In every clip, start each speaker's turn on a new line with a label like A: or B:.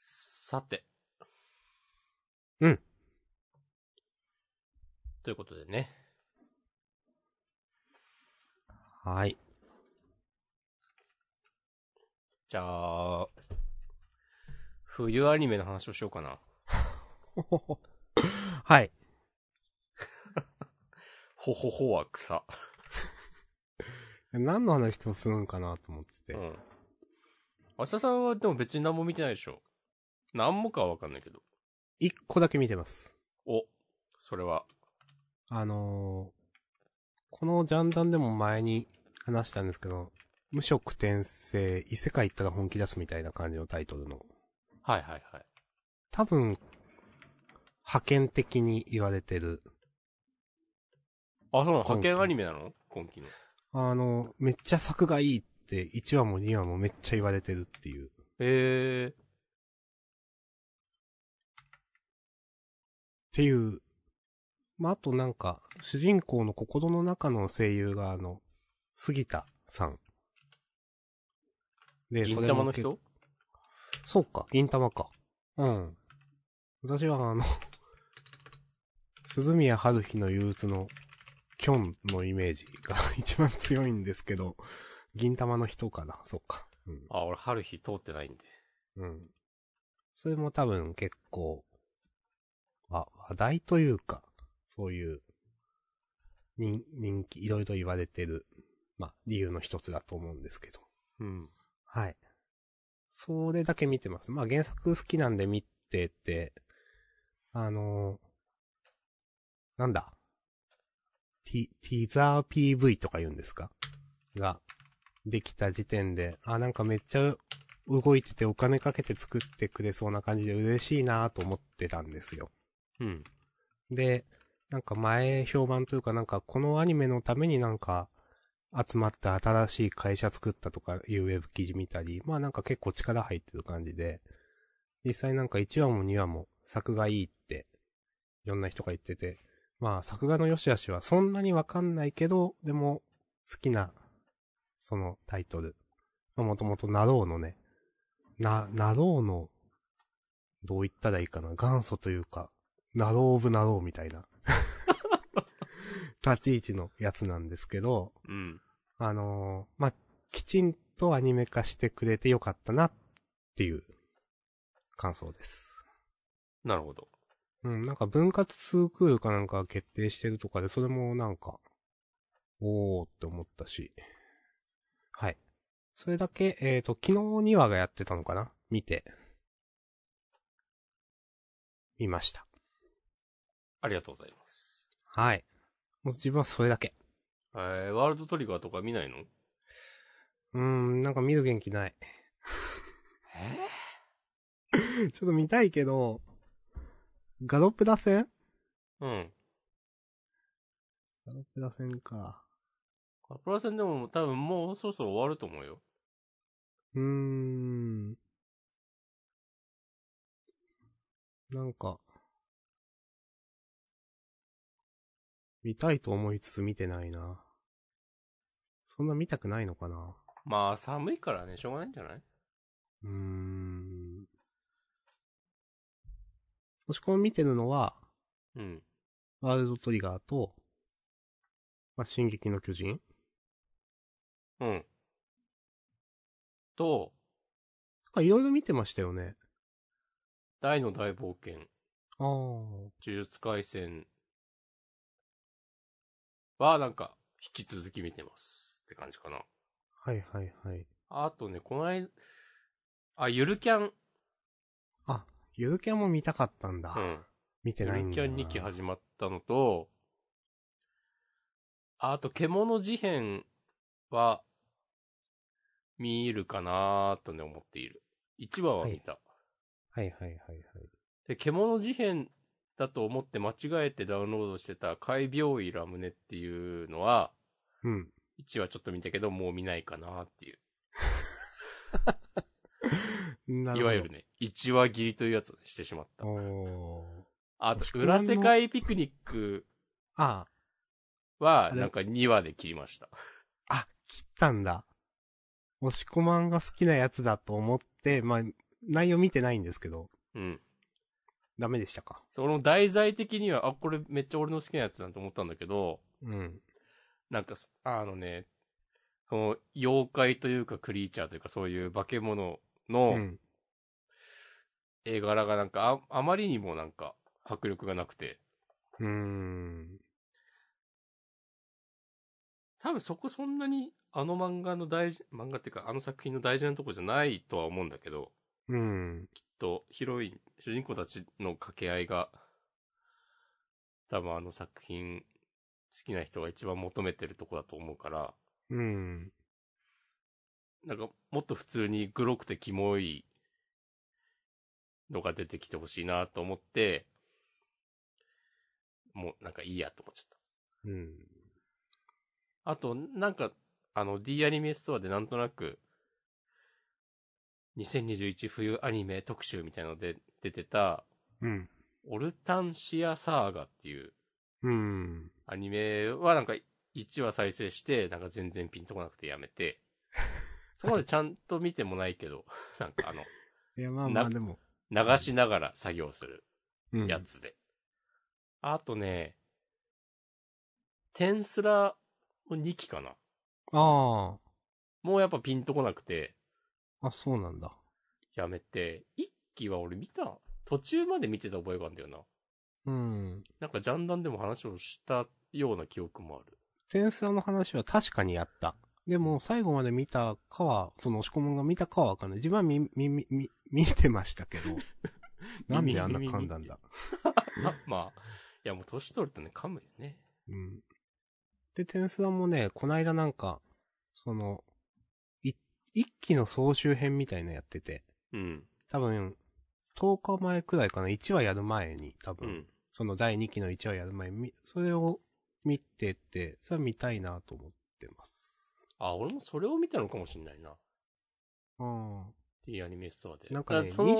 A: さて。
B: うん。
A: ということでね。
B: はい。
A: じゃあ、冬アニメの話をしようかな。
B: はい。
A: ほほほは草。
B: 何の話今日するんかなと思ってて。
A: うん。明日さんはでも別に何も見てないでしょ。何もかはわかんないけど。
B: 一個だけ見てます。
A: お、それは。
B: あのーこのジャンダンでも前に話したんですけど、無職転生、異世界行ったら本気出すみたいな感じのタイトルの。
A: はいはいはい。
B: 多分、派遣的に言われてる。
A: あ、そうなの
B: 今期
A: 派遣アニメなの今期の。
B: あの、めっちゃ作がいいって1話も2話もめっちゃ言われてるっていう。
A: へえ。
B: っていう。まあ、あとなんか、主人公の心の中の声優があの、杉田さん。で
A: 銀玉の
B: それも
A: 人
B: 結そうか、銀玉か。うん。私はあの、 鈴宮春日の憂鬱の、キョンのイメージが 一番強いんですけど、銀玉の人かな、そっか。うん。
A: あ、俺春日通ってないんで。
B: うん。それも多分結構、あ、話題というか、そういう、人、人気、いろいろ言われてる、まあ、理由の一つだと思うんですけど。
A: うん。
B: はい。それだけ見てます。まあ、原作好きなんで見てて、あのーなんだ。ティ、ティザー PV とか言うんですかが、できた時点で、あ、なんかめっちゃ動いててお金かけて作ってくれそうな感じで嬉しいなと思ってたんですよ。
A: うん。
B: で、なんか前評判というかなんかこのアニメのためになんか集まって新しい会社作ったとかいうウェブ記事見たり、まあなんか結構力入ってる感じで、実際なんか1話も2話も作がいいっていろんな人が言ってて、まあ作画の良し悪しはそんなにわかんないけど、でも好きなそのタイトル。まあもともとナローのね、な、ナローのどう言ったらいいかな元祖というか、ナローオブナローみたいな。 立ち位置のやつなんですけど、
A: うん。
B: あのーまあ、きちんとアニメ化してくれてよかったなっていう感想です。
A: なるほど。
B: うん、なんか分割ツークールかなんか決定してるとかで、それもなんか、おーって思ったし。はい。それだけ、えっ、と、昨日2話がやってたのかな見て。見ました。
A: ありがとうございます。
B: はい。もう自分はそれだけ。
A: えー、ワールドトリガーとか見ないの
B: うーん、なんか見る元気ない。
A: え
B: ちょっと見たいけど、ガロップ打線
A: うん。
B: ガロップ打線か。
A: カプラ戦でも多分もうそろそろ終わると思うよ。
B: うーん。なんか、見たいと思いつつ見てないな。そんな見たくないのかな
A: まあ寒いからね、しょうがないんじゃないう
B: ーん。もしこ見てるのは、
A: うん。
B: ワールドトリガーと、まあ、進撃の巨人
A: うん。と、
B: なんかいろいろ見てましたよね。
A: 大の大冒険、
B: ああ。
A: 呪術廻戦はなんか引き続き見てますって感じかな。
B: はいはいはい。
A: あとね、この間、あ、ゆるキャン。
B: あ、ゆるキャンも見たかったんだ。
A: うん。
B: 見て
A: ゆ
B: ない
A: る
B: ん
A: キ
B: だ
A: ャ
B: よ
A: ン
B: な。
A: 2期始まったのと、あと、獣事変は、見るかなーとね、思っている。1話は見た。
B: はいはいはいはい。
A: で、獣事変だと思って間違えてダウンロードしてた、怪病医ラムネっていうのは、
B: うん。
A: 1話ちょっと見たけど、もう見ないかなっていう。
B: な
A: い
B: るほど。
A: わゆる。ね、1話切りというやつをしてしまった。
B: おー。
A: あ
B: も
A: と、
B: しくは
A: 裏世界ピクニック
B: あ
A: は、
B: あれ
A: なんか2話で切りました。
B: あ、あ、切ったんだ。押し込まんが好きなやつだと思って、まあ、内容見てないんですけど、
A: うん。
B: ダメでしたか。
A: その題材的には、あ、これめっちゃ俺の好きなやつだと思ったんだけど、
B: うん。
A: なんかそ、あのね、その、妖怪というかクリーチャーというかそういう化け物
B: う
A: の
B: ん。
A: 絵柄がなんかあ、あまりにもなんか迫力がなくて、
B: うーん。
A: 多分そこそんなにあの漫画の大事、漫画っていうかあの作品の大事なとこじゃないとは思うんだけど、
B: うん。
A: とヒロイン、主人公たちの掛け合いが、多分あの作品好きな人が一番求めてるとこだと思うから、
B: うん。
A: なんかもっと普通にグロくてキモいのが出てきてほしいなと思って、もうなんかいいやと思っちゃっ
B: うん。
A: た。あと、なんか、あの D アニメストアでなんとなく、2021冬アニメ特集みたいので出てた、
B: うん。
A: オルタンシアサーガっていう
B: うん。
A: アニメはなんか1話再生して、なんか全然ピンとこなくてやめて、そこまでちゃんと見てもないけど、 なんかあの、
B: いや、まあまあ、
A: な
B: でも。
A: 流しながら作業する
B: うん。
A: やつで。あとね、テンスラの2期かな。
B: あ
A: もうやっぱピンとこなくて、
B: あ。あ、そうなんだ。
A: やめて、1期は俺見た、途中まで見てた覚えがあるんだよな。
B: うん。
A: なんかジャンダンでも話をしたような記憶もあ る。
B: 天才の話は確かにやった。でも、最後まで見たかは、その押し込むが見たかはわかんない。自分はみ、み、み、み見てましたけ ど。なんであんな噛んだんだ。
A: あまあ、いやもう年取るとね、噛むよね。
B: うん。で、テンスダもね、こないだなんか、その、い、一期の総集編みたいなやってて、
A: うん。
B: 多分、10日前くらいかな、1話やる前に、多
A: う
B: 分、
A: ん。
B: その第2期の1話やる前にみ、それを見てて、それは見たいなと思ってます。
A: あ、俺もそれを見たのかもしんないな。っ
B: あ
A: ていうアニメストアで。
B: なんか
A: だ
B: ね、
A: らその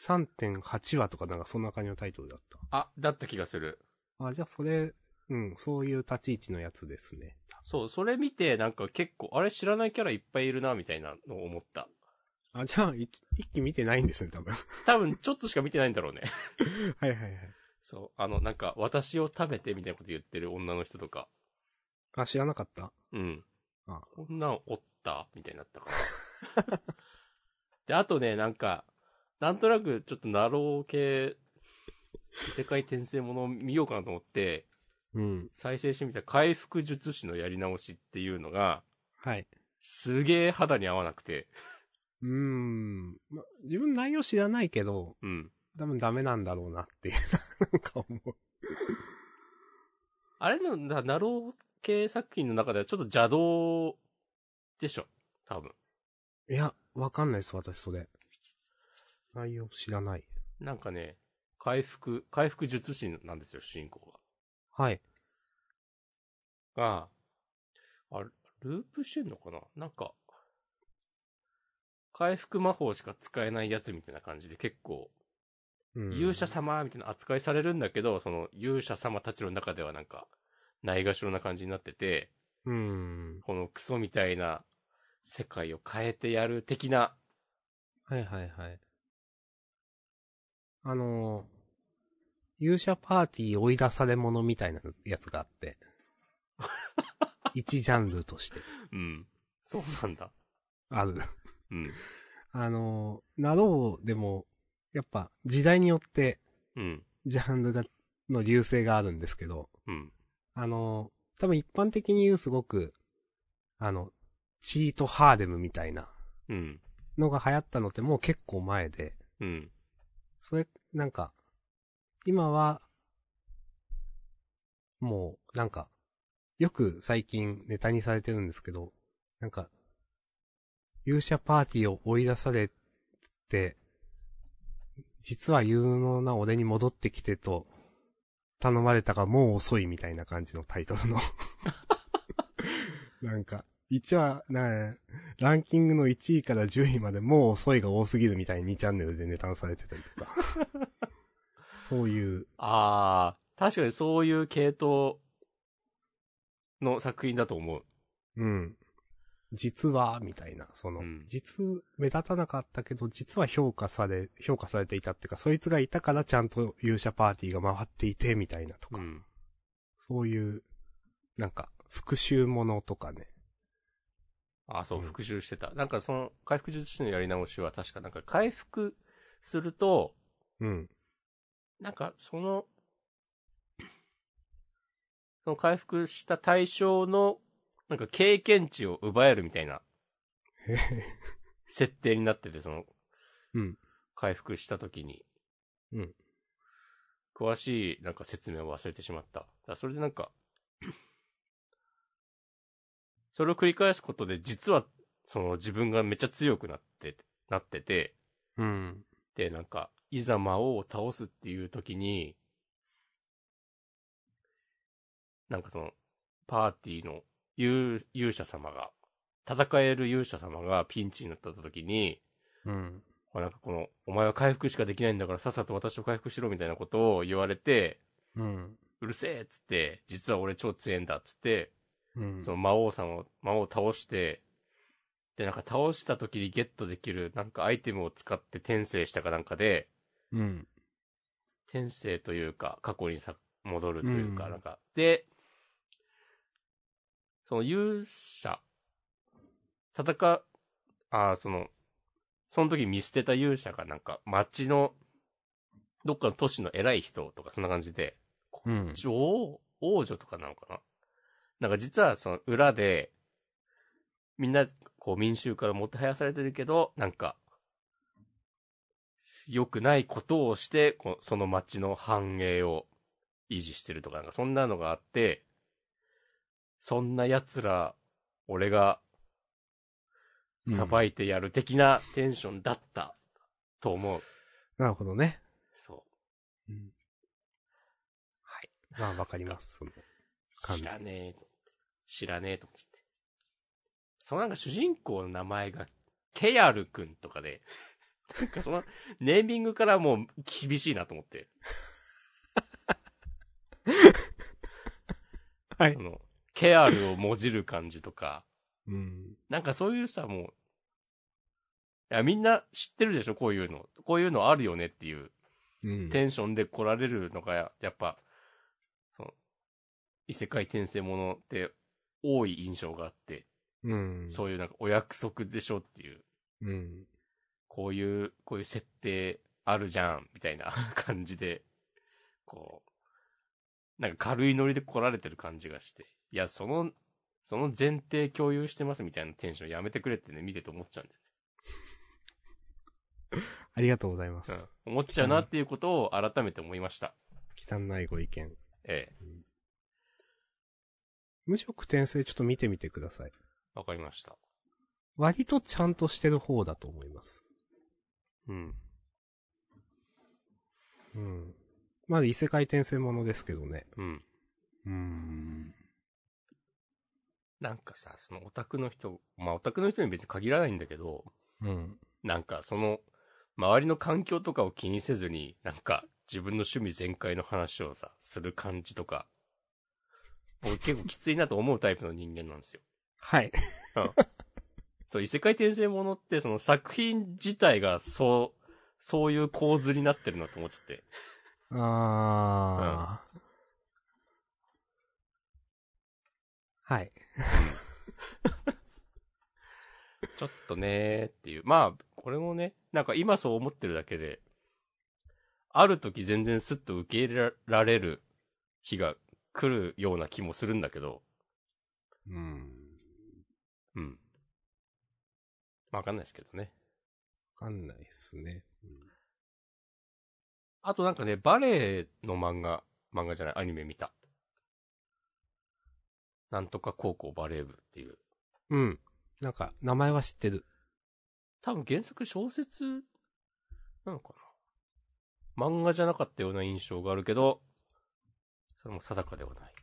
B: 23.8話とかなんかそんな感じのタイトルだっ
A: あ、だった気がする。
B: た。あ、じゃあそれ、うん、そういう立ち位置のやつですね。
A: そう、それ見て、なんか結構、あれ知らないキャラいっぱいいるな、みたいなのを思った。
B: あ、じゃあ、一一期見てないんですね、多分。
A: 多分、ちょっとしか見てないんだろうね。
B: はいはいはい。
A: そう、あの、なんか、私を食べて、みたいなこと言ってる女の人とか。
B: あ、知らなかった
A: うん。
B: あ
A: 女をおったみたいになったから。で、あとね、なんか、なんとなく、ちょっとナロー系、異世界転生ものを見ようかなと思って、
B: うん。
A: 再生してみた回復術師のやり直しっていうのが、
B: はい。
A: すげえ肌に合わなくて、
B: うーん。ま、自分内容知らないけど、
A: うん。
B: 多分ダメなんだろうなっていう、 なんか思う。
A: あれの、なナロー系作品の中ではちょっと邪道でしょ多分。
B: いや、わかんないです、私、それ。内容知らない。
A: なんかね、回復、回復術師なんですよ、主人公
B: はい。
A: が。が、あ、ループしてんのかななんか、回復魔法しか使えないやつみたいな感じで結構、
B: うん
A: 勇者。様みたいな扱いされるんだけど、その勇者様たちの中ではなんか、ないがしろな感じになってて、
B: うーん。
A: このクソみたいな世界を変えてやる的な、
B: はいはいはい。あのー、勇者パーティー追い出され者みたいなやつがあ って。一ジャンルとして。
A: うん。そうなんだ。
B: ある。
A: うん。
B: あのー、なろうでも、やっぱ、時代によって、
A: うん。
B: ジャンルが、の流星があるんですけど、
A: うん。
B: あの、多分一般的に言うすごく、あの、チートハーレムみたいな
A: うん。
B: のが流行ったのってもう結構前で、
A: うん。
B: それ、なんか、今は、もう、なんか、よく最近ネタにされてるんですけど、なんか、勇者パーティーを追い出されて、実は有能な俺に戻ってきてと、頼まれたがもう遅いみたいな感じのタイトルの。なんか、一話、な、ランキングの1位から10位までもう遅いが多すぎるみたいに2チャンネルでネタにされてたりとか。そういう、
A: あー、確かにそういう系統の作品だと思う。
B: うん。実は、みたいな、その、
A: うん
B: 実、目立たなかったけど、実は評価され、評価されていたっていうか、そいつがいたからちゃんと勇者パーティーが回っていて、みたいなとか、
A: うん。
B: そういう、なんか、復讐ものとかね。
A: あ、そう、
B: うん
A: 復習してた。なんかその、回復術師のやり直しは確かなんか回復すると、
B: うん。
A: なんかその、その回復した対象の、なんか経験値を奪えるみたいな
B: へへ
A: 設定になってて、その、
B: うん。
A: 回復した時に。
B: うん。
A: 詳しい、なんか説明を忘れてしまった。だからそれでなんか、 それを繰り返すことで、実は、その自分がめっちゃ強くなって、なってて、
B: うん。
A: で、なんか、いざ魔王を倒すっていう時に、なんかその、パーティーの勇勇者様が、戦える勇者様がピンチになった時に、
B: うん。
A: まあなんかこの、お前は回復しかできないんだからさっさと私を回復しろみたいなことを言われて、
B: うん。
A: うるせえっつって、実は俺超強えんだっつって、
B: うん
A: その魔王さんを、魔王を倒して、で、なんか倒した時にゲットできる、なんかアイテムを使って転生したかなんかで、
B: うん。
A: 転生というか、過去にさ、戻るというか、
B: うん
A: なんか、で、その勇者、戦う、ああ、その、その時見捨てた勇者がなんか、町の、どっかの都市の偉い人とか、そんな感じで、
B: うん。
A: 女王、王女とかなのかななんか実はその裏で、みんな、こう民衆からもてはやされてるけど、なんか、良くないことをして、こうその町の繁栄を維持してるとか、なんかそんなのがあって、そんな奴ら、俺が、さばいてやる的なテンションだった、と思う。
B: なるほどね。
A: そ
B: うん。はい。まあ、わかります。その
A: う。
B: 感じ
A: 知らねえと思って。知らねえと思っちゃって。そのなんか主人公の名前が、ケヤルくんとかで、 なんかその、ネーミングからもう厳しいなと思って。
B: はい
A: あ。の、ケアルをもじる感じとか、
B: うん。
A: なんかそういうさ、もう、いや、みんな知ってるでしょこういうの。こういうのあるよねっていう。
B: うん。
A: テンションで来られるのがや、やっぱ、その、異世界転生ものって多い印象があって、
B: うん。
A: そういうなんかお約束でしょっていう、
B: うん。
A: こういう、こういう設定あるじゃん、みたいな 感じで、こう、なんか軽いノリで来られてる感じがして、いや、その、その前提共有してますみたいなテンションやめてくれってね、見てて思っちゃうんだよ
B: ありがとうございます。
A: ね。うん。思っちゃうなっていうことを改めて思いました。
B: 汚いご意見。
A: ええ。
B: 無職転生ちょっと見てみてください。
A: わかりました。
B: 割とちゃんとしてる方だと思います。
A: うん。
B: うん。まあ、異世界転生ものですけどね。
A: うん。
B: うん。
A: なんかさ、そのオタクの人、まあオタクの人に別に限らないんだけど、
B: うん。
A: なんかその、周りの環境とかを気にせずに、なんか自分の趣味全開の話をさ、する感じとか、僕結構きついなと思うタイプの人間なんですよ。
B: はい。
A: そう、異世界転生ものって、その作品自体がそう、そういう構図になってるなと思っちゃって。
B: あー。はい。
A: ちょっとねーっていう。まあ、これもね、なんか今そう思ってるだけで、ある時全然スッと受け入れられる日が来るような気もするんだけど、
B: うん。
A: うん。まあわかんないですけどね。
B: わかんないですね。
A: あとなんかね、バレエの漫画、漫画じゃない、アニメ見た。なんとか高校バレー部っていう。
B: うん。なんか、名前は知ってる。
A: 多分原作小説なのかな漫画じゃなかったような印象があるけど、それも定かではない。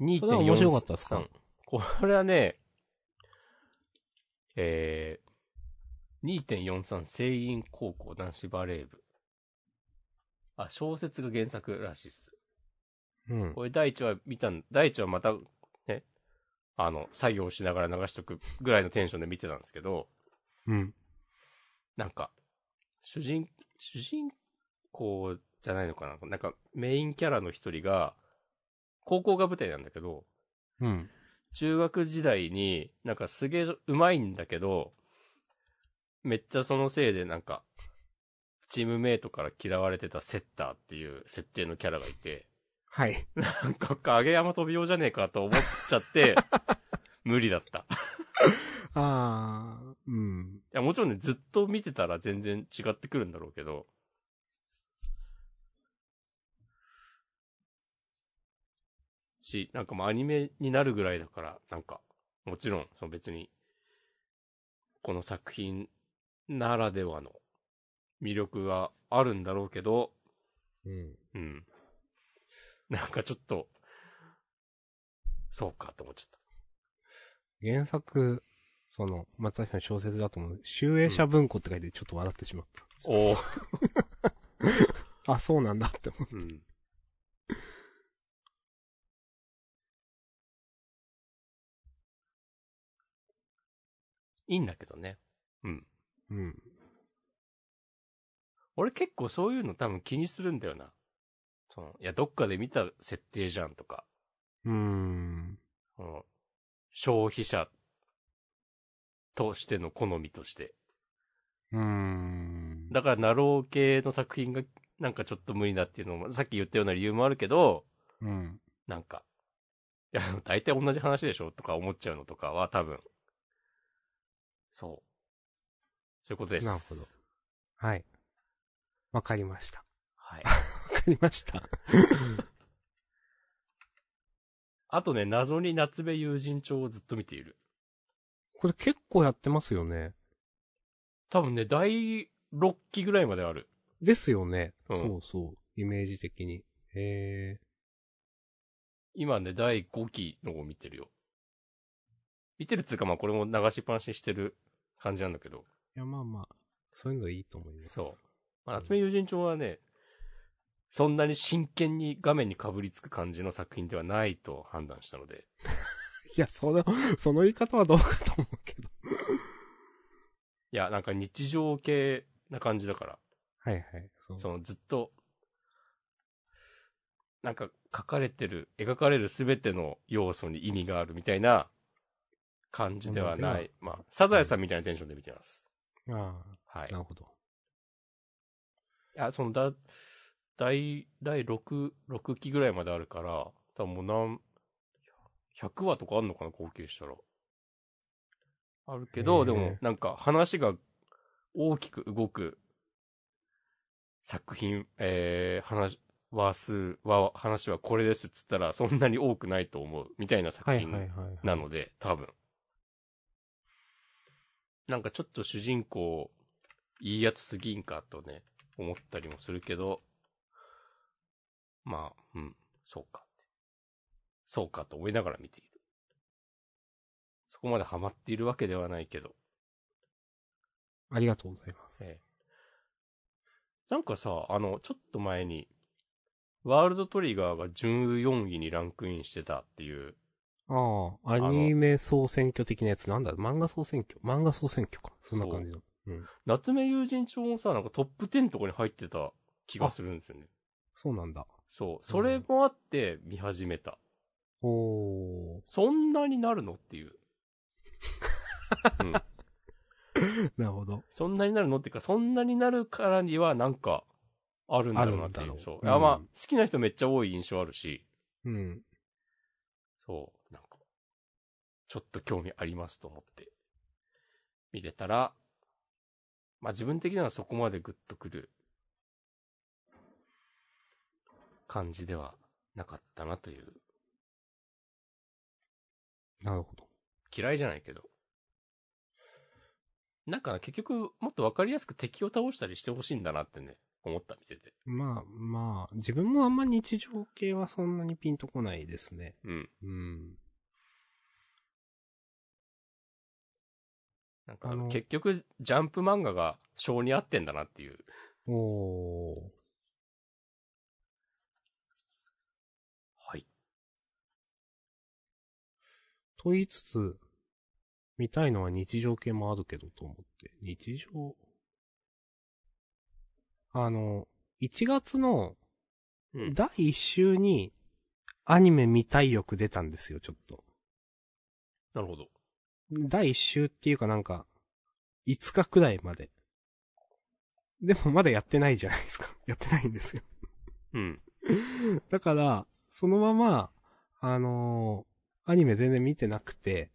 A: 2.43。
B: それは面白かったっすか
A: これはね、えー、2.43聖院高校男子バレー部。あ、小説が原作らしいっす。
B: うん。
A: これ第一話見たん、第一話また、ね、あの、作業しながら流しとくぐらいのテンションで見てたんですけど、
B: うん。
A: なんか、主人、主人公じゃないのかななんか、メインキャラの一人が、高校が舞台なんだけど、
B: うん。
A: 中学時代に、なんかすげえ上手いんだけど、めっちゃそのせいでなんか、チームメイトから嫌われてたセッターっていう設定のキャラがいて、
B: はい。
A: なんか影山飛びようじゃねえかと思っちゃって、 無理だった。い
B: ああ、うん。
A: や、もちろんね、ずっと見てたら全然違ってくるんだろうけど、し、なんかもうアニメになるぐらいだから、なんか、もちろん、その別に、この作品ならではの魅力があるんだろうけど、
B: うん。
A: うん。なんかちょっと、そうかと思っちゃった。
B: 原作、その、まあ、確かに小説だと思う。集英社文庫って書いてちょっと笑ってしまった。
A: おお。
B: あ、そうなんだって思う。
A: うん。いいんだけどね。うん。
B: うん。
A: 俺結構そういうの多分気にするんだよな。その、いや、どっかで見た設定じゃんとか、
B: うーん。
A: その消費者としての好みとして。
B: うーん。
A: だから、ナロー系の作品がなんかちょっと無理だっていうのも、さっき言ったような理由もあるけど、
B: うん。
A: なんか、いや、大体同じ話でしょとか思っちゃうのとかは多分、そう。そういうことです。
B: なるほど。はい。わかりました。
A: はい。
B: わかりました。
A: あとね、謎に夏目友人帳をずっと見ている。
B: これ結構やってますよね。
A: 多分ね、第6期ぐらいまである。
B: ですよね。
A: うん
B: そうそう。イメージ的に。へえ。
A: 今ね、第5期のを見てるよ。見てるっつうか、まあこれも流しっぱなしにしてる感じなんだけど。
B: いや、まあまあ、そういうのいいと思います。
A: そう。まあ、夏目友人帳はね、そんなに真剣に画面にかぶりつく感じの作品ではないと判断したので。
B: いや、その、 その言い方はどうかと思うけど。
A: いや、なんか日常系な感じだから、
B: はいはい。そう。
A: そのずっと、なんか書かれてる、描かれるすべての要素に意味があるみたいな感じでは
B: そんな
A: な
B: の
A: い
B: で。
A: まあ、サザエさんみたいなテンションで見てます。
B: あ
A: は
B: あ、
A: い。
B: ないるほど。
A: や、そのだ、第、第6、6期ぐらいまであるから、多分もう何、100話とかあんのかな、合計したら。あるけ
B: へ
A: ど、
B: え
A: でも、なんか話が大きく動く作品、えー、話、話数は、話はこれですっつったら、そんなに多くないと思う、みたいな作
B: はい
A: 品
B: はいはい。
A: なので、多分。なんかちょっと主人公、いいやつすぎんかとね、思ったりもするけど、まあ、うん、そうかって。そうかと思いながら見ている。そこまでハマっているわけではないけど。
B: ありがとうございます。
A: ええなんかさ、あの、ちょっと前に、ワールドトリガーが14位にランクインしてたっていう
B: ああ、アニメ総選挙的なやつなんだ漫画総選挙漫画総選挙か。そんな感じの。
A: 夏目友人帳もさ、なんかトップ10とかに入ってた気がするんですよね。
B: そうなんだ。
A: そう。それもあって見始めた。
B: おー。
A: そんなになるのって いう。うん。
B: なるほど。
A: そんなになるのっていうか、そんなになるからにはなんか、あるんだろうなって
B: あ
A: い
B: る
A: う。
B: んだろう
A: そう。
B: うん
A: あまあ、好きな人めっちゃ多い印象あるし、
B: うん。
A: そう。なんか、ちょっと興味ありますと思って、見てたら、まあ自分的にはそこまでグッとくる感じではなかったなという。
B: なるほど。
A: 嫌いじゃないけど。なんか結局、もっとわかりやすく敵を倒したりしてほしいんだなってね、思った見てて。
B: まあまあ、自分もあんま日常系はそんなにピンとこないですね。
A: うん。
B: うん。
A: なんか
B: あの
A: 結局、ジャンプ漫画が性に合ってんだなっていう。
B: おー。
A: はい。
B: と言いつつ、見たいのは日常系もあるけどと思って。日常あの、1月の
A: うん。
B: 第1週にアニメ見たい欲出たんですよ、ちょっと。
A: なるほど。
B: 第1週っていうかなんか、5日くらいまで。でもまだやってないじゃないですか。 やってないんですよ。
A: うん。
B: だから、そのまま、あのーアニメ全然見てなくて、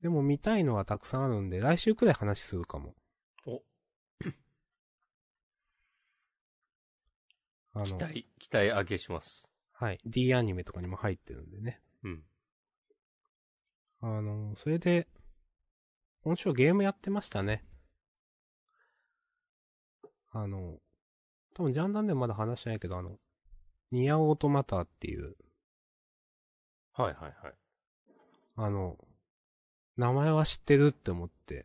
B: でも見たいのはたくさんあるんで、来週くらい話するかも。
A: お、
B: あ
A: 期
B: の、
A: 待、期待上げします。
B: はい。D アニメとかにも入ってるんでね。
A: うん。
B: あのーそれで、今週はゲームやってましたね。あのー多分ジャンダンでもまだ話してないけど、あの、ニアオートマターっていう、
A: はいはいはい。
B: あの、名前は知ってるって思って。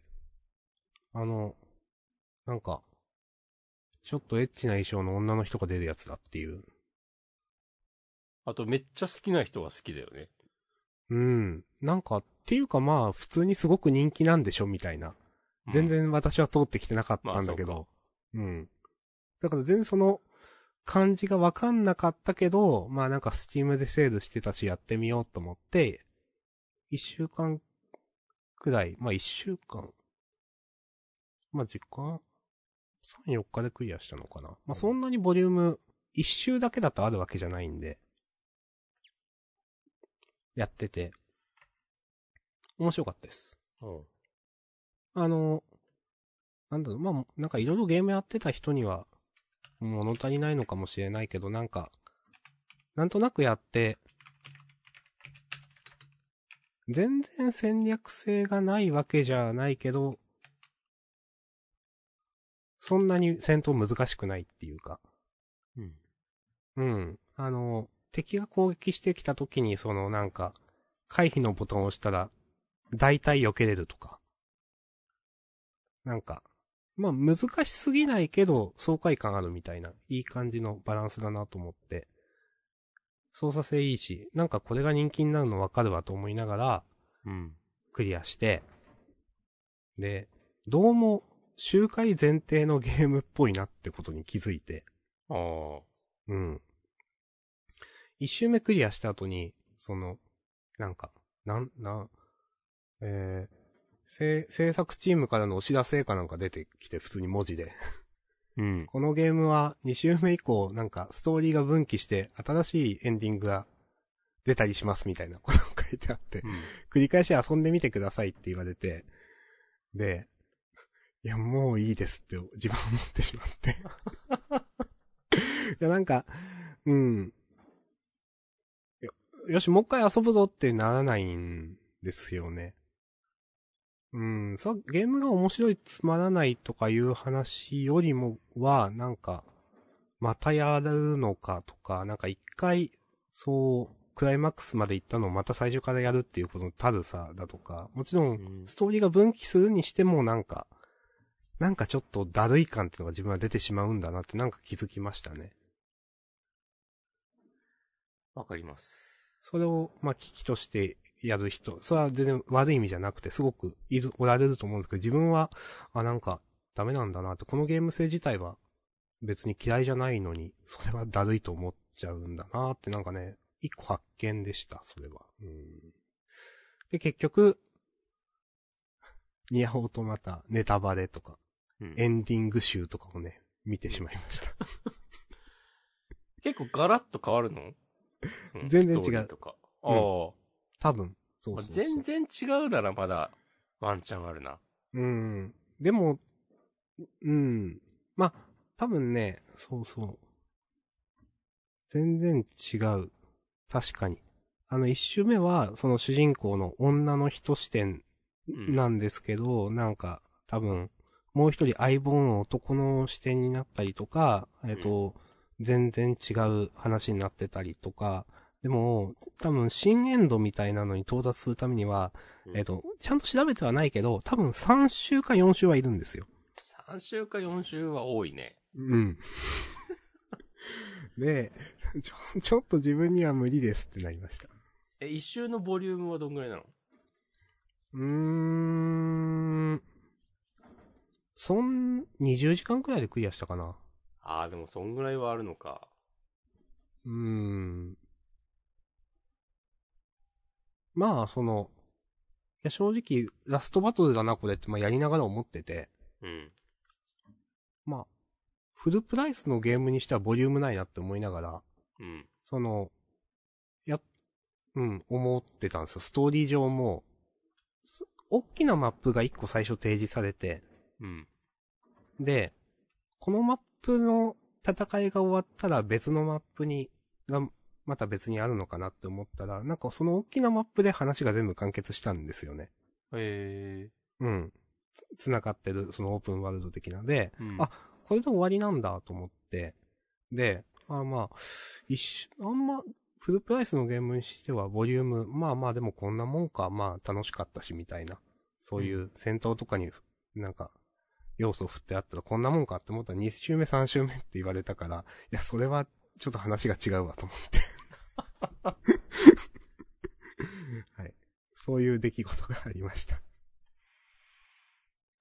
B: あの、なんか、ちょっとエッチな衣装の女の人が出るやつだっていう。
A: あとめっちゃ好きな人が好きだよね。
B: うん。なんか、っていうかまあ、普通にすごく人気なんでしょみたいな。
A: うん
B: 全。然私は通ってきてなかったんだけど。うん。だから全然その、感じがわかんなかったけど、まあなんかスチームでセールしてたしやってみようと思って、一週間くらい、まあ一週間。まあ時間、3、4日でクリアしたのかな。まあそんなにボリューム、一周だけだとあるわけじゃないんで。やってて。面白かったです。
A: うん。
B: あの、なんだろう、まあ、なんかいろいろゲームやってた人には、物足りないのかもしれないけど、なんか、なんとなくやって、全然戦略性がないわけじゃないけど、そんなに戦闘難しくないっていうか。
A: うん。
B: うん。あの、敵が攻撃してきた時に、そのなんか、回避のボタンを押したら、大体避けれるとか。なんか、まあ難しすぎないけど、爽快感あるみたいな、いい感じのバランスだなと思って。操作性いいし、なんかこれが人気になるのわかるわと思いながら、
A: うん。
B: クリアして、で、どうも、周回前提のゲームっぽいなってことに気づいて。
A: ああ。
B: うん。一周目クリアした後に、その、なんか、なん、な、えー、制制作チームからのお知らせかなんか出てきて、普通に文字で。
A: うん。
B: このゲームは2周目以降、なんかストーリーが分岐して、新しいエンディングが出たりしますみたいなことが書いてあって、繰り返し遊んでみてくださいって言われて、で、いや、もういいですって自分は思ってしまって。いや、なんか、うん。よ、よし、もう一回遊ぶぞってならないんですよね。うん、そう、ゲームが面白いつまらないとかいう話よりもは、なんか、またやるのかとか、なんか一回、そう、クライマックスまで行ったのをまた最初からやるっていうこのたるさだとか、もちろ、
A: うんん。
B: ストーリーが分岐するにしてもなんか、なんかちょっとだるい感っていうのが自分は出てしまうんだなってなんか気づきましたね。
A: わかります。
B: それを、まあ、危機としてやる人、それは全然悪い意味じゃなくて、すごくいる、おられると思うんですけど、自分は、あ、なんか、ダメなんだなって、このゲーム性自体は、別に嫌いじゃないのに、それはだるいと思っちゃうんだなって、なんかね、一個発見でした、それは。うん。で、結局、ニアオートマタ、ネタバレとか、
A: うん
B: エンディング集とかをね、見てしまいました。
A: 結構ガラッと変わるの、うん
B: 全然違
A: ス
B: う
A: トーリーとか。あ
B: うん
A: あ。
B: 多分、そう
A: まあ
B: そうそ
A: 全
B: う。
A: 然違うならまだワンチャンあるな。
B: うん。でも、うん。まあ、多分ね、そうそう。全然違う。確かに。あの、一周目は、その主人公の女の人視点
A: うん
B: なんですけど、なんか、多分、もう一人相棒の男の視点になったりとか、えっ、と、全然違う話になってたりとか、でも、多分、新エンドみたいなのに到達するためには、えっ、と、ちゃんと調べてはないけど、多分3週か4週はいるんですよ。
A: 3週か4週は多いね。
B: うん。 で、ちょ、ちょっと自分には無理ですってなりました。
A: え、一周のボリュームはどんぐらいなの
B: うーん。そん、20時間くらいでクリアしたかな。
A: ああ、でもそんぐらいはあるのか。
B: うーん。まあ、その、いや正直、ラストバトルだな、これって、まあ、やりながら思ってて、
A: うん。
B: まあ、フルプライスのゲームにしてはボリュームないなって思いながら、
A: うん。
B: その、や、うん、思ってたんですよ。ストーリー上も、す大きなマップが1個最初提示されて、
A: うん。
B: で、このマップの戦いが終わったら別のマップに、が、また別にあるのかなって思ったら、なんかその大きなマップで話が全部完結したんですよね。
A: え
B: うん。つ、繋がってる、そのオープンワールド的な。で、
A: えうん。
B: あこれで終わりなんだと思って、で、あまあ、一緒あんま、フルプライスのゲームにしてはボリューム、まあまあでもこんなもんか、まあ楽しかったしみたいな、そういう戦闘とかに、なんか、要素を振ってあったらこんなもんかって思ったら2周目3周目って言われたから、いや、それはちょっと話が違うわと思って。はい。そういう出来事がありました。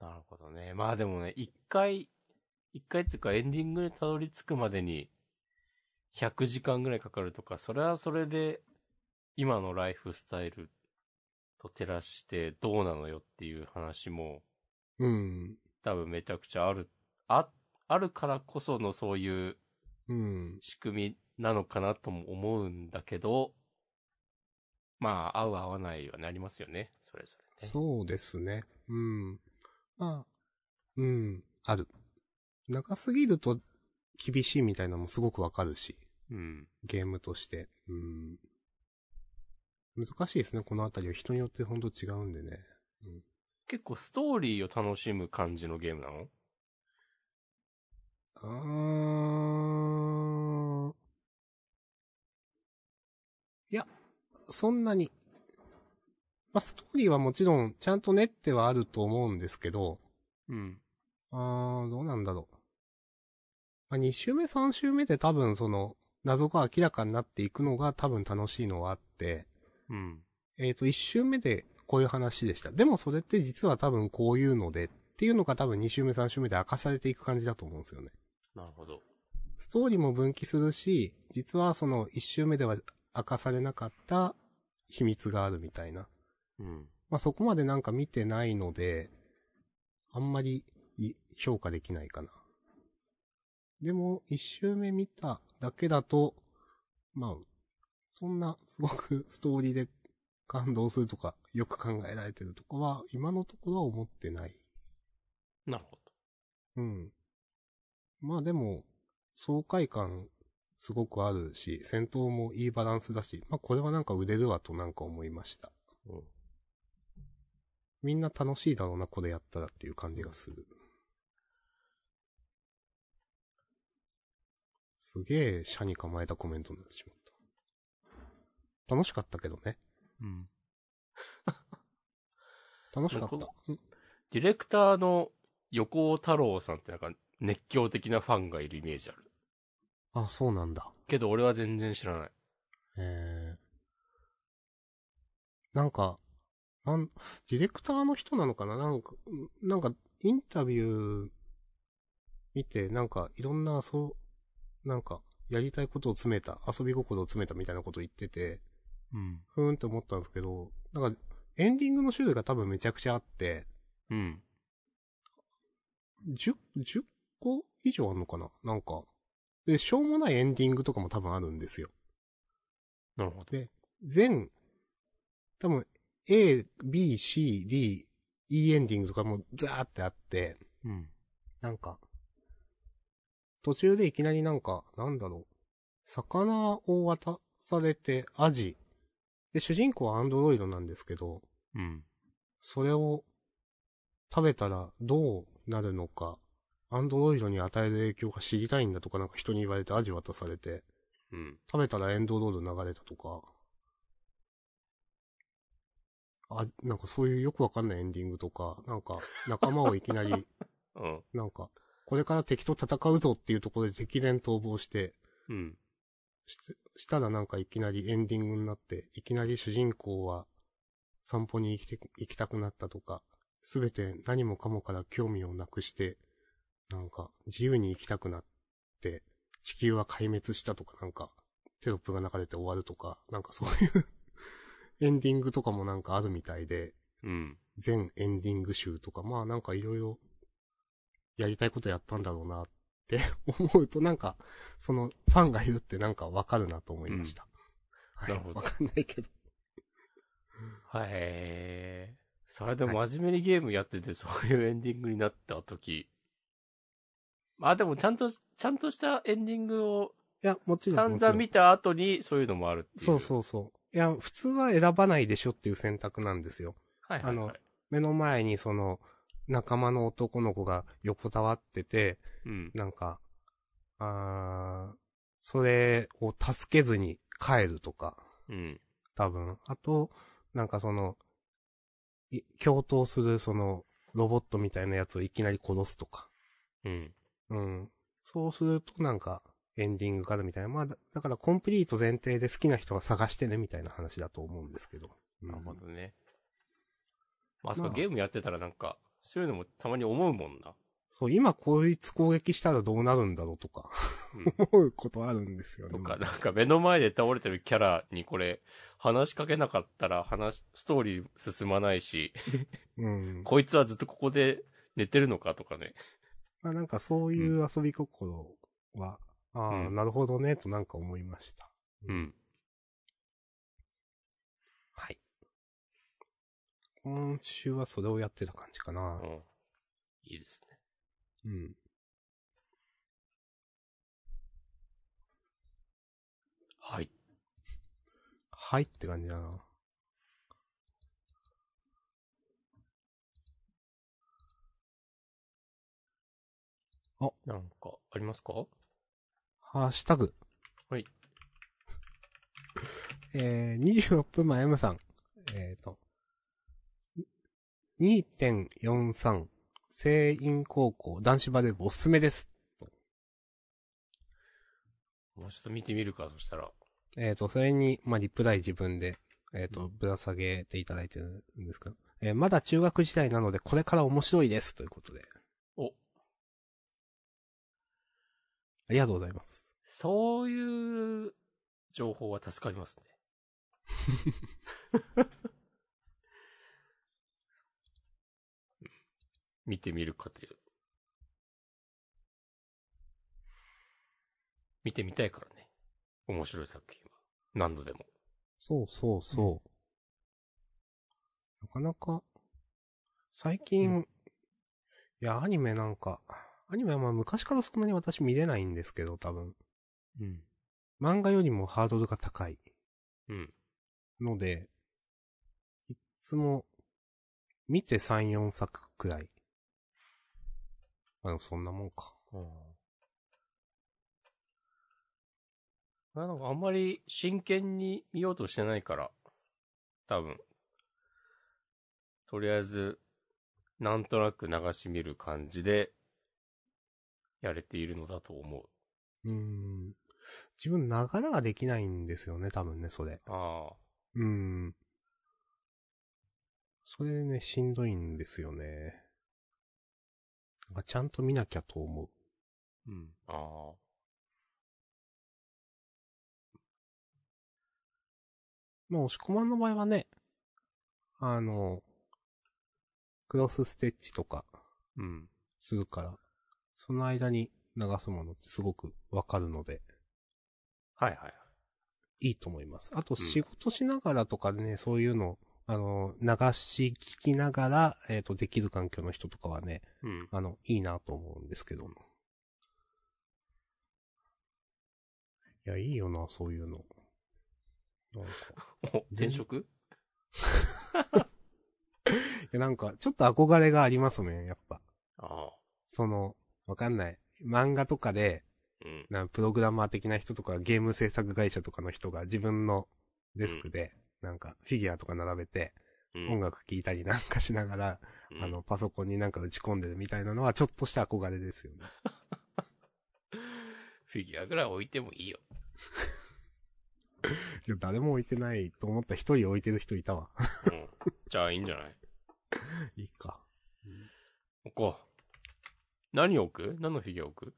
A: なるほどね。まあでもね、一回、一回つうかエンディングにたどり着くまでに、100時間ぐらいかかるとか、それはそれで、今のライフスタイルと照らしてどうなのよっていう話も、
B: うん。
A: 多分めちゃくちゃある、あ、あるからこそのそういう
B: うん。
A: 仕組みなのかなとも思うんだけど、まあ、合う合わないはなりますよね。それぞれ、ね。
B: そうですね。うん。まあ、うん、ある。長すぎると厳しいみたいなのもすごくわかるし、
A: うん。
B: ゲームとして。うん。難しいですね、このあたりは。人によってほんと違うんでね。
A: 結構ストーリーを楽しむ感じのゲームなの
B: うーん。いや、そんなに。まあ、ストーリーはもちろん、ちゃんと練ってはあると思うんですけど、
A: うん。
B: あー、どうなんだろう。まあ、2週目、3週目で多分その、謎が明らかになっていくのが多分楽しいのはあって、
A: うん。
B: えっ、と、1週目でこういう話でした。でもそれって実は多分こういうので、っていうのが多分2週目、3週目で明かされていく感じだと思うんですよね。
A: なるほど。
B: ストーリーも分岐するし、実はその1週目では明かされなかった秘密があるみたいな。
A: うん。
B: まあ、そこまでなんか見てないので、あんまりい評価できないかな。でも、一周目見ただけだと、まあ、そんなすごくストーリーで感動するとか、よく考えられてるとかは、今のところは思ってない。
A: なるほ
B: うん。まあでも、爽快感すごくあるし、戦闘もいいバランスだし、まあこれはなんか腕ではとなんか思いました。
A: ど。うん。
B: みんな楽しいだろうな、これやったらっていう感じがする。すげえ、社に構えたコメントになってしまった。楽しかったけどね。
A: うん。
B: 楽しかっ
A: なる
B: た。うん
A: ディレクターの横尾太郎さんってなんか熱狂的なファンがいるイメージある。
B: あ、そうなんだ。
A: けど俺は全然知らない。
B: えー、なんか、なん、ディレクターの人なのかななんか、うんなんか、インタビュー見て、なんか、いろんな、そう、なんか、やりたいことを詰めた、遊び心を詰めたみたいなこと言ってて、
A: うん。
B: ふーんって思ったんですけど、なんか、エンディングの種類が多分めちゃくちゃあって、
A: うん。
B: 10、10個以上あんのかななんか。で、しょうもないエンディングとかも多分あるんですよ。
A: なるほど。
B: で全、多分 A, B, C, D, E エンディングとかもザーってあって、
A: うん。
B: なんか、途中でいきなりなんか、なんだろう、魚を渡されてアジ。で、主人公はアンドロイドなんですけど、
A: うん。
B: それを食べたらどうなるのか、アンドロイドに与える影響が知りたいんだとかなんか人に言われてアジ渡されて、
A: うん。
B: 食べたらエンドロール流れたとか、あ、なんかそういうよくわかんないエンディングとか、なんか仲間をいきなり、
A: うん。
B: なんか、これから敵と戦うぞっていうところで敵前逃亡して、
A: うん。
B: ししたらなんかいきなりエンディングになって、いきなり主人公は散歩に行きて行きたくなったとか、すべて何もかもから興味をなくして、なんか自由に行きたくなって、地球は壊滅したとかなんか、テロップが流れて終わるとか、なんかそういう エンディングとかもなんかあるみたいで、
A: うん。
B: 全エンディング集とか、まあなんかいろいろやりたいことやったんだろうなって 思うとなんか、そのファンがいるってなんかわかるなと思いました。
A: ん
B: はい
A: なるほど
B: わかんないけど。
A: はい。えーそれでも真面目にゲームやってて、そういうエンディングになった時。まあでもちゃんと、ちゃんとしたエンディングを
B: いや、もちろん。
A: 散々
B: もち
A: 見た後にそういうのもあるっていう。
B: ろんそうそうそう。いや、普通は選ばないでしょっていう選択なんですよ。
A: はいはい、はい。
B: あの、目の前にその、仲間の男の子が横たわってて、
A: うん。
B: なんか、あーそれを助けずに帰るとか。
A: うん。
B: 多分。あと、なんかその、い共闘するその、ロボットみたいなやつをいきなり殺すとか。
A: うん。
B: うん。そうするとなんか、エンディングからみたいな。まあ、だだからコンプリート前提で好きな人が探してねみたいな話だと思うんですけど。うん
A: なるほどね。まあ、そっ
B: ま
A: か、
B: あ
A: ゲームやってたらなんか、そういうのもたまに思うもんな。
B: そう、今こいつ攻撃したらどうなるんだろう とか、思うことあるんですよね。
A: とか、なんか目の前で倒れてるキャラにこれ、話しかけなかったら話、ストーリー進まないし、
B: うん。
A: こいつはずっとここで寝てるのかとかね。
B: まあなんかそういう遊び心は、ああ、
A: うん
B: なるほどね、となんか思いました。
A: うん。
B: はい。今週はそれをやってた感じか
A: う。。
B: なん
A: いいですね。
B: うん。
A: はい。
B: はいって感じだな。
A: なんか、ありますか
B: ハッシュタグ。
A: はい。
B: えー、26分前 M さん。えーと。2.43、聖院高校、男子バレー部おすすめです。
A: もうちょっと見てみるか、そしたら。
B: えーと、それに、まあ、リプライ自分で、えーと、ぶら下げていただいてるんですけど、えーまだ中学時代なので、これから面白いです、ということで。
A: お
B: ありがとうございます。
A: そういう情報は助かり ますね。見てみるかという。見てみたいからね。面白い作品は。何度でも。
B: そうそうそう。なかなか、最近、
A: う
B: いや、アニメなんか、アニメはまあ昔からそんなに私見れないんですけど、多分。
A: うん。
B: 漫画よりもハードルが高い。
A: うん。
B: ので、いっつも、見て3、4作くらい。あの、そんなもんか。
A: なんかあんまり真剣に見ようとしてないから、多分。とりあえず、なんとなく流し見る感じで、やれているのだと思う。
B: うーん。自分、ながらができないんですよね、多分ね、それ。
A: ああ。
B: うーん。それでね、しんどいんですよね。なんかちゃんと見なきゃと思う。
A: うん。ああ。
B: まあ、押し込まんの場合はね、あの、クロスステッチとか、
A: うん。
B: するから、その間に流すものってすごくわかるので、
A: はいはいはい。
B: いいと思います。あと、
A: ん
B: 仕事しながらとかでね、そういうの、あの、流し聞きながら、えっ、と、できる環境の人とかはね、
A: うん。
B: あの、いいなと思うんですけども。いや、いいよな、そういうの。なんか、
A: お、転職
B: いやなんかちょっと憧れがありますね、やっぱ。
A: ああ。
B: その、わかんない。漫画とかで、
A: うん。
B: なんかプログラマー的な人とかゲーム制作会社とかの人が自分のデスクで、なんかフィギュアとか並べて、
A: うん
B: 音楽聴いたりなんかしながら、
A: うん
B: あの、パソコンになんか打ち込んでるみたいなのはちょっとした憧れですよね。
A: フィギュアぐらい置いてもいいよ。
B: いや、誰も置いてないと思ったら一人置いてる人いたわ。
A: うん。じゃあいいんじゃない
B: いいか。
A: 置こう。何置く何のフィギュア置く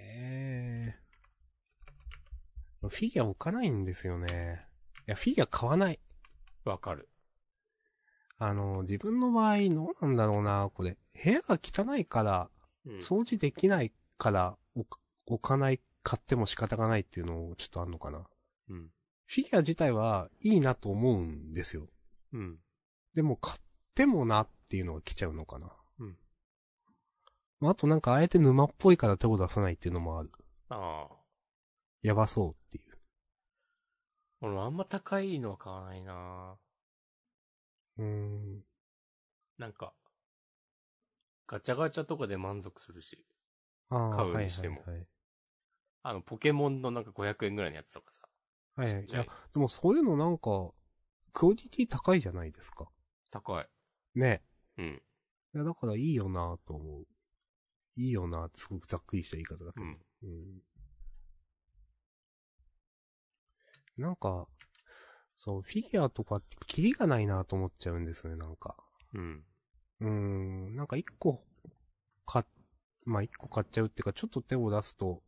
B: ええフィギュア置かないんですよね。いや、フィギュア買わない。
A: わかる。
B: あの、自分の場合、どうなんだろうな、これ。部屋が汚いから、
A: うん
B: 掃除できないから、置か置かない、買っても仕方がないっていうのをちょっとあんのかな。
A: うん。
B: フィギュア自体はいいなと思うんですよ。
A: うん。
B: でも買ってもなっていうのが来ちゃうのかな。
A: うん。
B: まあ、あとなんかあえて沼っぽいから手を出さないっていうのもある。
A: ああ。
B: やばそうっていう。
A: 俺もあんま高いのは買わないな
B: うーん。
A: なんか、ガチャガチャとかで満足するし。
B: ああ、
A: 買うにしても
B: はいはい
A: あの、ポケモンのなんか500円ぐらいのやつとかさ。
B: はい。はいはい、
A: ちっちゃ
B: いや、
A: い
B: でもそういうのなんか、クオリティ高いじゃないですか。
A: 高い。
B: ね。
A: うん。
B: いや、だからいいよなと思う。いいよなってすごくざっくりした言い方だけど。
A: うん
B: うんなんか、そう、フィギュアとかってキリがないなと思っちゃうんですよね、なんか。
A: うん。
B: うーん、なんか一個、か、まあ、一個買っちゃうっていうか、ちょっと手を出すと、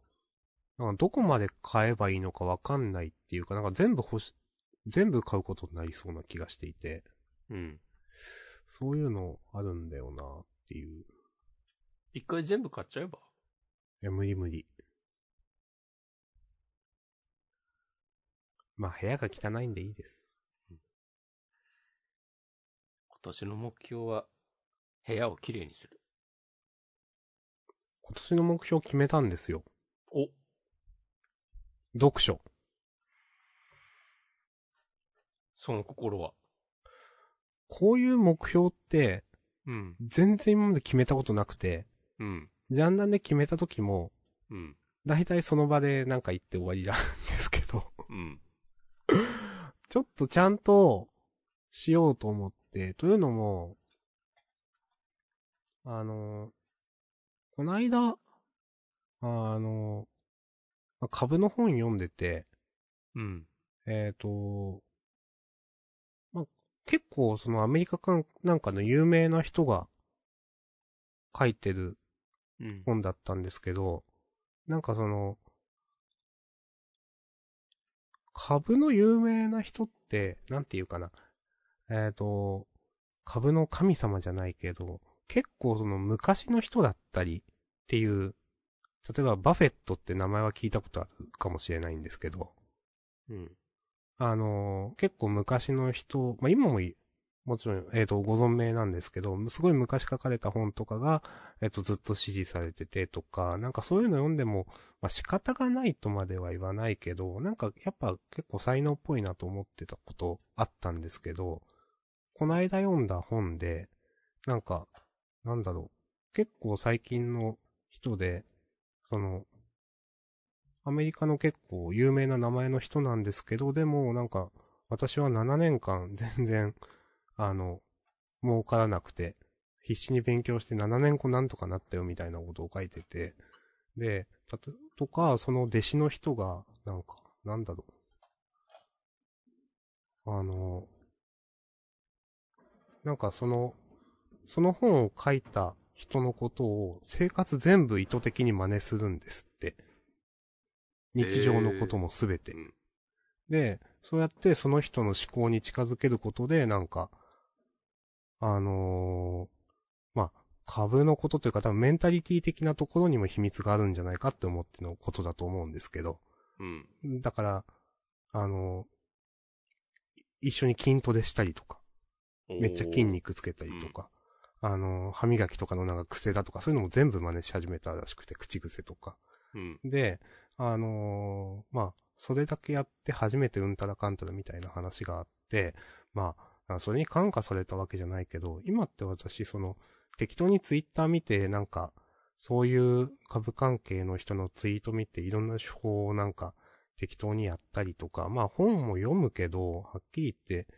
B: なんかどこまで買えばいいのかわかんないっていうか、なんか全部欲し、全部買うことになりそうな気がしていて、
A: うん。
B: そういうのあるんだよなっていう。
A: 一回全部買っちゃえば
B: いや、無理無理。まあ、部屋が汚いんでいいです。
A: 今年の目標は、部屋をきれいにする。
B: 今年の目標決めたんですよ。
A: お
B: 読書。
A: その心は。
B: こういう目標って、
A: うん。
B: 全然今まで決めたことなくて、
A: うん。
B: ジャンダンで決めた時も、
A: うん。
B: だいたいその場でなんか言って終わりなんですけど、
A: うん。
B: ちょっとちゃんとしようと思って、というのも、あの、こないだ、あの、まあ株の本読んでて、
A: うん。
B: えっ、と、まあ、結構そのアメリカかんなんかの有名な人が書いてる
A: うん。
B: 本だったんですけど、なんかその、株の有名な人って、なんていうかな。えっ、と、株の神様じゃないけど、結構その昔の人だったりっていう、例えばバフェットって名前は聞いたことあるかもしれないんですけど、
A: うん。
B: あのー結構昔の人、まあ、今もいもちろん、えっ、と、ご存命なんですけど、すごい昔書かれた本とかが、えっ、と、ずっと支持されててとか、なんかそういうの読んでも、まあ、仕方がないとまでは言わないけど、なんかやっぱ結構才能っぽいなと思ってたことあったんですけど、この間読んだ本で、なんか、なんだろう、結構最近の人で、その、アメリカの結構有名な名前の人なんですけど、でもなんか、私は7年間全然、あの、儲からなくて、必死に勉強して7年後なんとかなったよみたいなことを書いてて、で、たと、とか、その弟子の人が、なんか、なんだろう。あの、なんかその、その本を書いた人のことを生活全部意図的に真似するんですって。日常のこともすべて。
A: えーうん
B: で、そうやってその人の思考に近づけることで、なんか、あのーまあ、株のことというか多分メンタリティ的なところにも秘密があるんじゃないかって思ってのことだと思うんですけど。
A: うん。
B: だから、あのーい一緒に筋トレしたりとか。
A: おー
B: めっちゃ筋。肉つけたりとか、あの、歯磨きとかのなんか癖だとか、そういうのも全部真似し始めたらしくて、口癖とか。
A: うん。
B: で、あのーまあ、それだけやって初めてうんたらかんたらみたいな話があって、まあ、あそれに感化されたわけじゃないけど、今って私、その、適当にツイッター見て、なんか、そういう株関係の人のツイート見て、いろんな手法をなんか、適当にやったりとか、まあ本も読むけど、はっきり言って、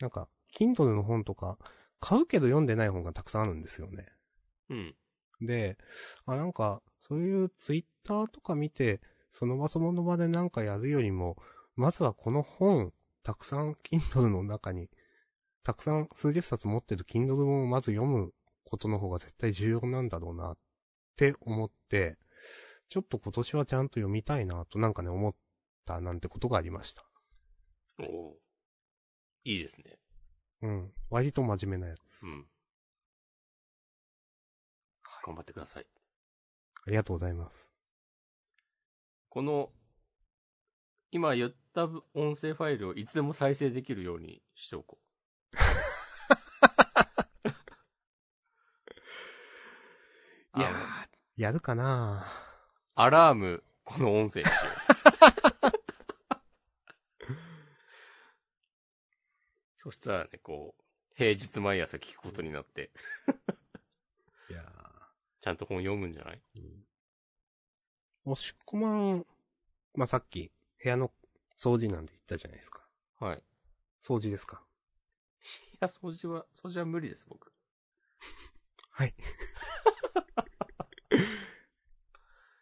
B: なんか、Kindle の本とか、買うけど読んでない本がたくさんあるんですよね。
A: うん。
B: で、あ、なんか、そういうツイッターとか見て、その場その場でなんかやるよりも、まずはこの本、たくさん Kindle の中に、たくさん数十冊持ってる Kindle 本をまず読むことの方が絶対重要なんだろうなって思って、ちょっと今年はちゃんと読みたいなとなんかね思ったなんてことがありました。
A: おおいいですね。
B: うん。割と真面目なやつ。
A: うん。頑張ってください。
B: ありがとうございます。
A: この、今言った音声ファイルをいつでも再生できるようにしてお こう。
B: いや
A: あ
B: ー
A: の、
B: やるかな
A: アラーム、この音声にしよ う。そしたらね、こう、平日毎朝聞くことになって、
B: いや
A: ちゃんと本読むんじゃない
B: おしっこまん、まあ、さっき、部屋の掃除なんで言ったじゃないですか。
A: はい。い
B: 掃除ですか
A: や、掃除は、掃除は無理です、僕。
B: はい。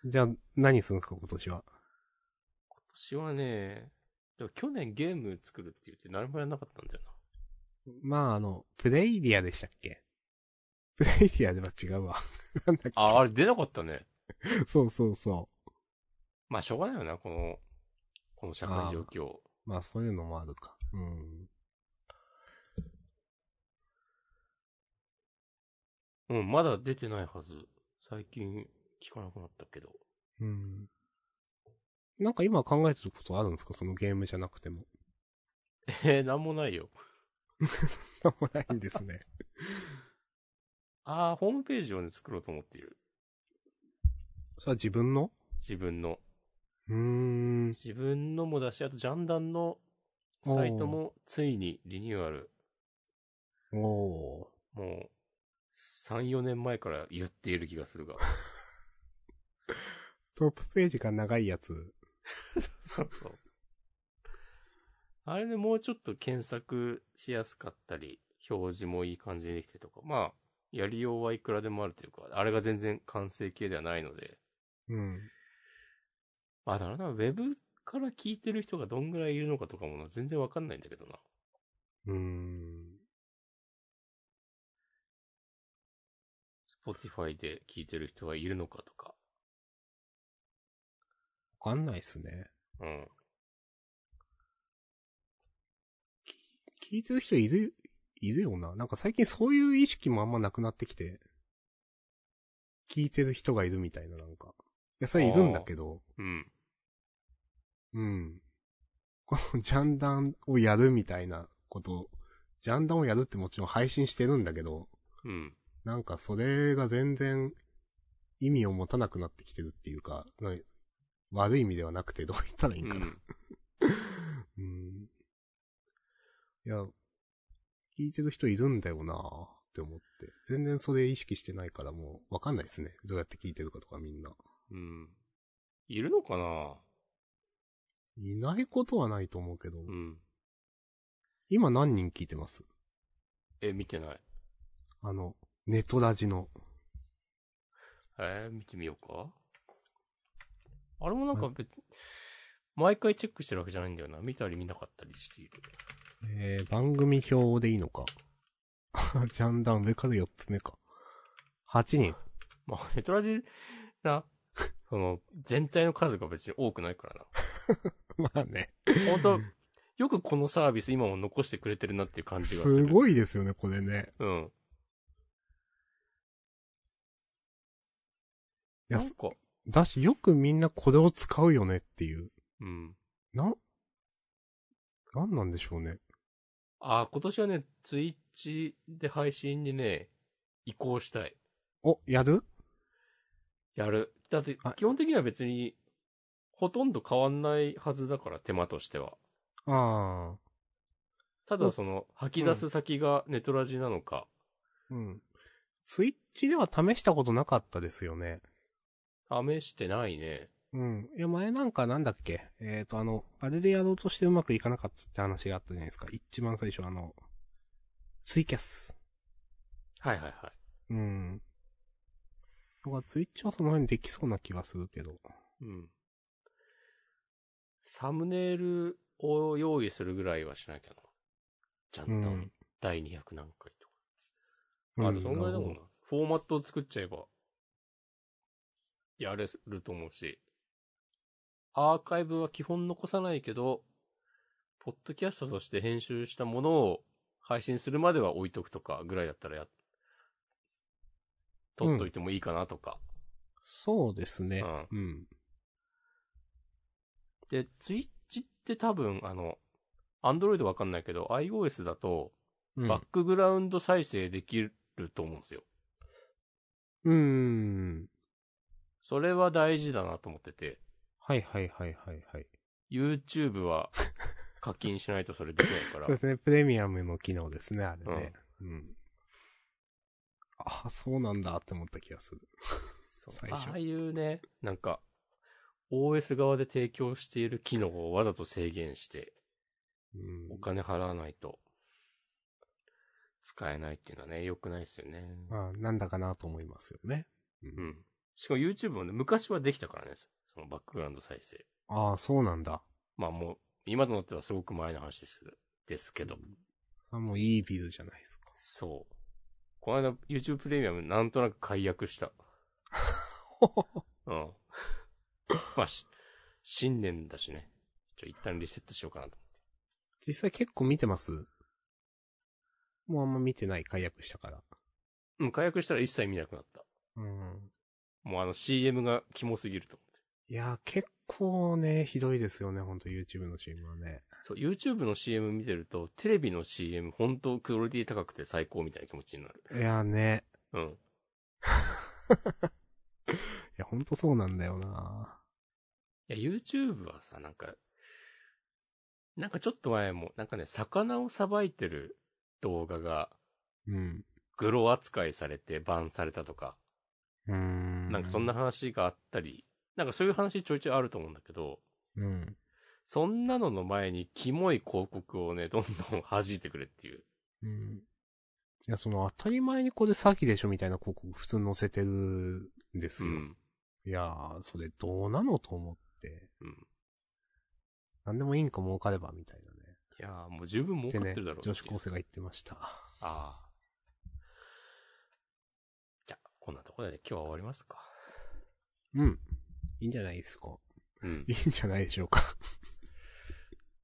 B: じゃあ、何するんですか、今年は。
A: 今年はね、でも去年ゲーム作るって言って何もやらなかったんだよな。
B: まあ、あの、プレイディアでしたっけプレイディアでは違うわ。 なんだっ
A: あ、あれ出なかったね。
B: け。そうそうそ
A: まあ、しょうがないよな、この、この社会状況。
B: う。まあ、そういうのもあるか。うん。
A: うん、まだ出てないはず。最近聞かなくなったけど。
B: うん。なんか今考えてることあるんですかそのゲームじゃなくても。
A: えー、なんもないよ。
B: なんもないんですね。
A: ああ、ホームページをね、作ろうと思っている。
B: それは自分の
A: 自分の。
B: うーん。
A: 自分のもだし、あとジャンダンのサイトもついにリニューアル。
B: おー。
A: もう、3、4年前から言っている気がするが。
B: トップページが長いやつ。
A: そうそう。あれでもうちょっと検索しやすかったり、表示もいい感じにできてとか、まあ、やりようはいくらでもあるというか、あれが全然完成形ではないので、
B: うん。
A: まあ、だからな、ウェブから聞いてる人がどんぐらいいるのかとかもな全然わかんないんだけどな。
B: うーん。
A: Spotify で聞いてる人がいるのかとか。
B: わかんないっすね。
A: うん。
B: 聞いてる人いる、いるよな。なんか最近そういう意識もあんまなくなってきて、聞いてる人がいるみたいな、なんか。いや、それいるんだけど、
A: うん。
B: うん。このジャンダンをやるみたいなこと、ジャンダンをやるってもちろん配信してるんだけど、
A: うん。
B: なんかそれが全然意味を持たなくなってきてるっていうか、な悪い意味ではなくてどう言ったらいいんかな。うん。いや、聞いてる人いるんだよなって思って。全然それ意識してないからもうわかんないですね。どうやって聞いてるかとかみんな。
A: うん。うん。いるのかない
B: ないことはないと思うけど。
A: うん。
B: 今何人聞いてます
A: え、見てない。
B: あの、ネトラジの。
A: えー見てみようか。あれもなんか別、毎回チェックしてるわけじゃないんだよな。見たり見なかったりしている。
B: えー、番組表でいいのか。 ジャンダン上から4つ目か。8人。
A: まあ、 ネトラジな、その、全体の数が別に多くないから
B: まあね。
A: な。本 当よくこのサービス今も残してくれてるなっていう感じがする。
B: すごいですよね、これね。
A: うん。
B: いや
A: なんか、
B: だし、よくみんなこれを使うよねっていう。
A: うん。
B: な、なんなんでしょうね。
A: あー、今年はね、ツイッチで配信にね、移行したい。
B: お、やる
A: やる。だって
B: あ、
A: 基本的には別に、ほとんど変わんないはずだから、手間としては。
B: ああ。
A: ただ、その、吐き出す先がネトラジなのか。
B: うん。スイッチでは試したことなかったですよね。
A: 試してないね。
B: うん。いや、前なんかなんだっけえっ、と、あの、あれでやろうとしてうまくいかなかったって話があったじゃないですか。一番最初、あの、ツイキャス。
A: はいはいはい。
B: うん。だからツイッチはその辺できそうな気がするけど。
A: うん。サムネイルを用意するぐらいはしなきゃな。ちゃんと、
B: うん
A: 第200何回とか。
B: うん
A: あと、そんぐらいだもん
B: なる
A: な。フォーマットを作っちゃえば、やれると思うし、アーカイブは基本残さないけど、ポッドキャストとして編集したものを配信するまでは置いとくとかぐらいだったらや、撮っといてもいいかなとか。
B: そうですね。うん。
A: で、ツイッチって多分、あの、アンドロイドわかんないけど、iOS だと、
B: うん。
A: バックグラウンド再生できると思うんですよ。
B: うん。
A: それは大事だなと思ってて、
B: はいはいはいはいはい。
A: YouTube は課金しないとそれできない
B: そう
A: か
B: で
A: ら。
B: すね。プレミアムの機能ですね、あれね。うん。あ、そうなんだって思った気がする。
A: そう
B: 最初
A: ああいうね、なんか、OS 側で提供している機能をわざと制限して、
B: うん
A: お。金払わないと、使えないっていうのはね、良くないですよね。
B: まあ、なんだかなと思いますよね。
A: うん。しかも YouTube もね、昔はできたからね、そのバックグラウンド再生。
B: ああ、そうなんだ。
A: まあもう、今となってはすごく前の話ですけど、ですけど。
B: それはもういいビルじゃないですか。
A: そう。この間 YouTube プレミアムなんとなく解約した。うん。 まあし、新年だしね。ちょ、一旦リセットしようかなと。
B: 実際結構見てますもうあんま見てない、解約したから。
A: うん、解約したら一切見なくなった。
B: うん。
A: もうあの CM がキモすぎると思って。
B: いやー、結構ね、ひどいですよね、ほんと YouTube のチームはね。
A: そう、YouTube の CM 見てると、テレビの CM 本当クオリティ高くて最高みたいな気持ちになる。
B: いやーね。
A: うん。
B: いや、ほんとそうなんだよない
A: や、YouTube はさ、なんか、なんかちょっと前も、なんかね、魚をさばいてる動画が、
B: うん。
A: グロ扱いされてバンされたとか、
B: うーん。
A: なんかそんな。話があったり、なんかそういう話ちょいちょいあると思うんだけど、
B: うん。
A: そんなのの前にキモい広告をね、どんどん弾いてくれっていう。
B: うん。いや、その当たり前にこれ詐欺でしょみたいな広告普通載せてるんです
A: う
B: よ。
A: ん。
B: いやー、それどうなのと思って。
A: うん。
B: なんでもいいんか儲かればみたいなね。
A: いやーもう十分儲かってるだろうってい
B: 女
A: う
B: 子高生が言ってました。
A: ああ。じゃあ、こんなところで今日は終わりますか。
B: うん。いいんじゃないですか。
A: うん
B: いいんじゃないでしょうか。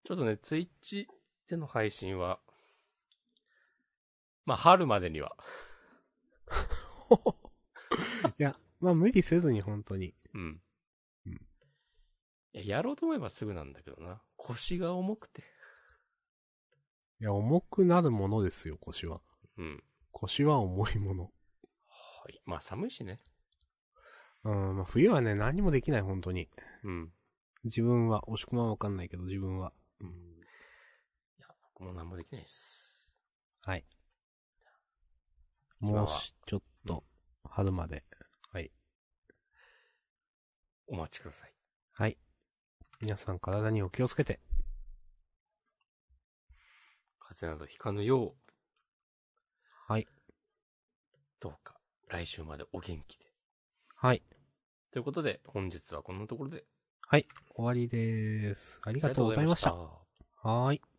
A: ちょっとね、ツイッチでの配信は、まあ、春までには、
B: いや、まあ無理せずに本当に。
A: うん。
B: うん
A: いや、やろうと思えばすぐなんだけどな。腰が重くて。
B: いや、重くなるものですよ、腰は。
A: うん。
B: 腰は重いもの。
A: はい。まあ、寒いしね。
B: うん、まあ冬はね、何もできない、本当に。
A: うん。
B: 自分は、押し込まんわかんないけど、自分は。
A: うん。いや、僕も何もできないです。
B: はい。
A: 今は
B: もし、ちょっと、春まで。
A: お待ちください。
B: はい。皆さん体にお気をつけて。
A: 風邪などひかぬよう、
B: はい。
A: どうか、来週までお元気で。
B: はい。
A: ということで、本日はこんなところで。
B: はい。終わりです。ありがとうございました。
A: ありがとうございました。
B: はーい。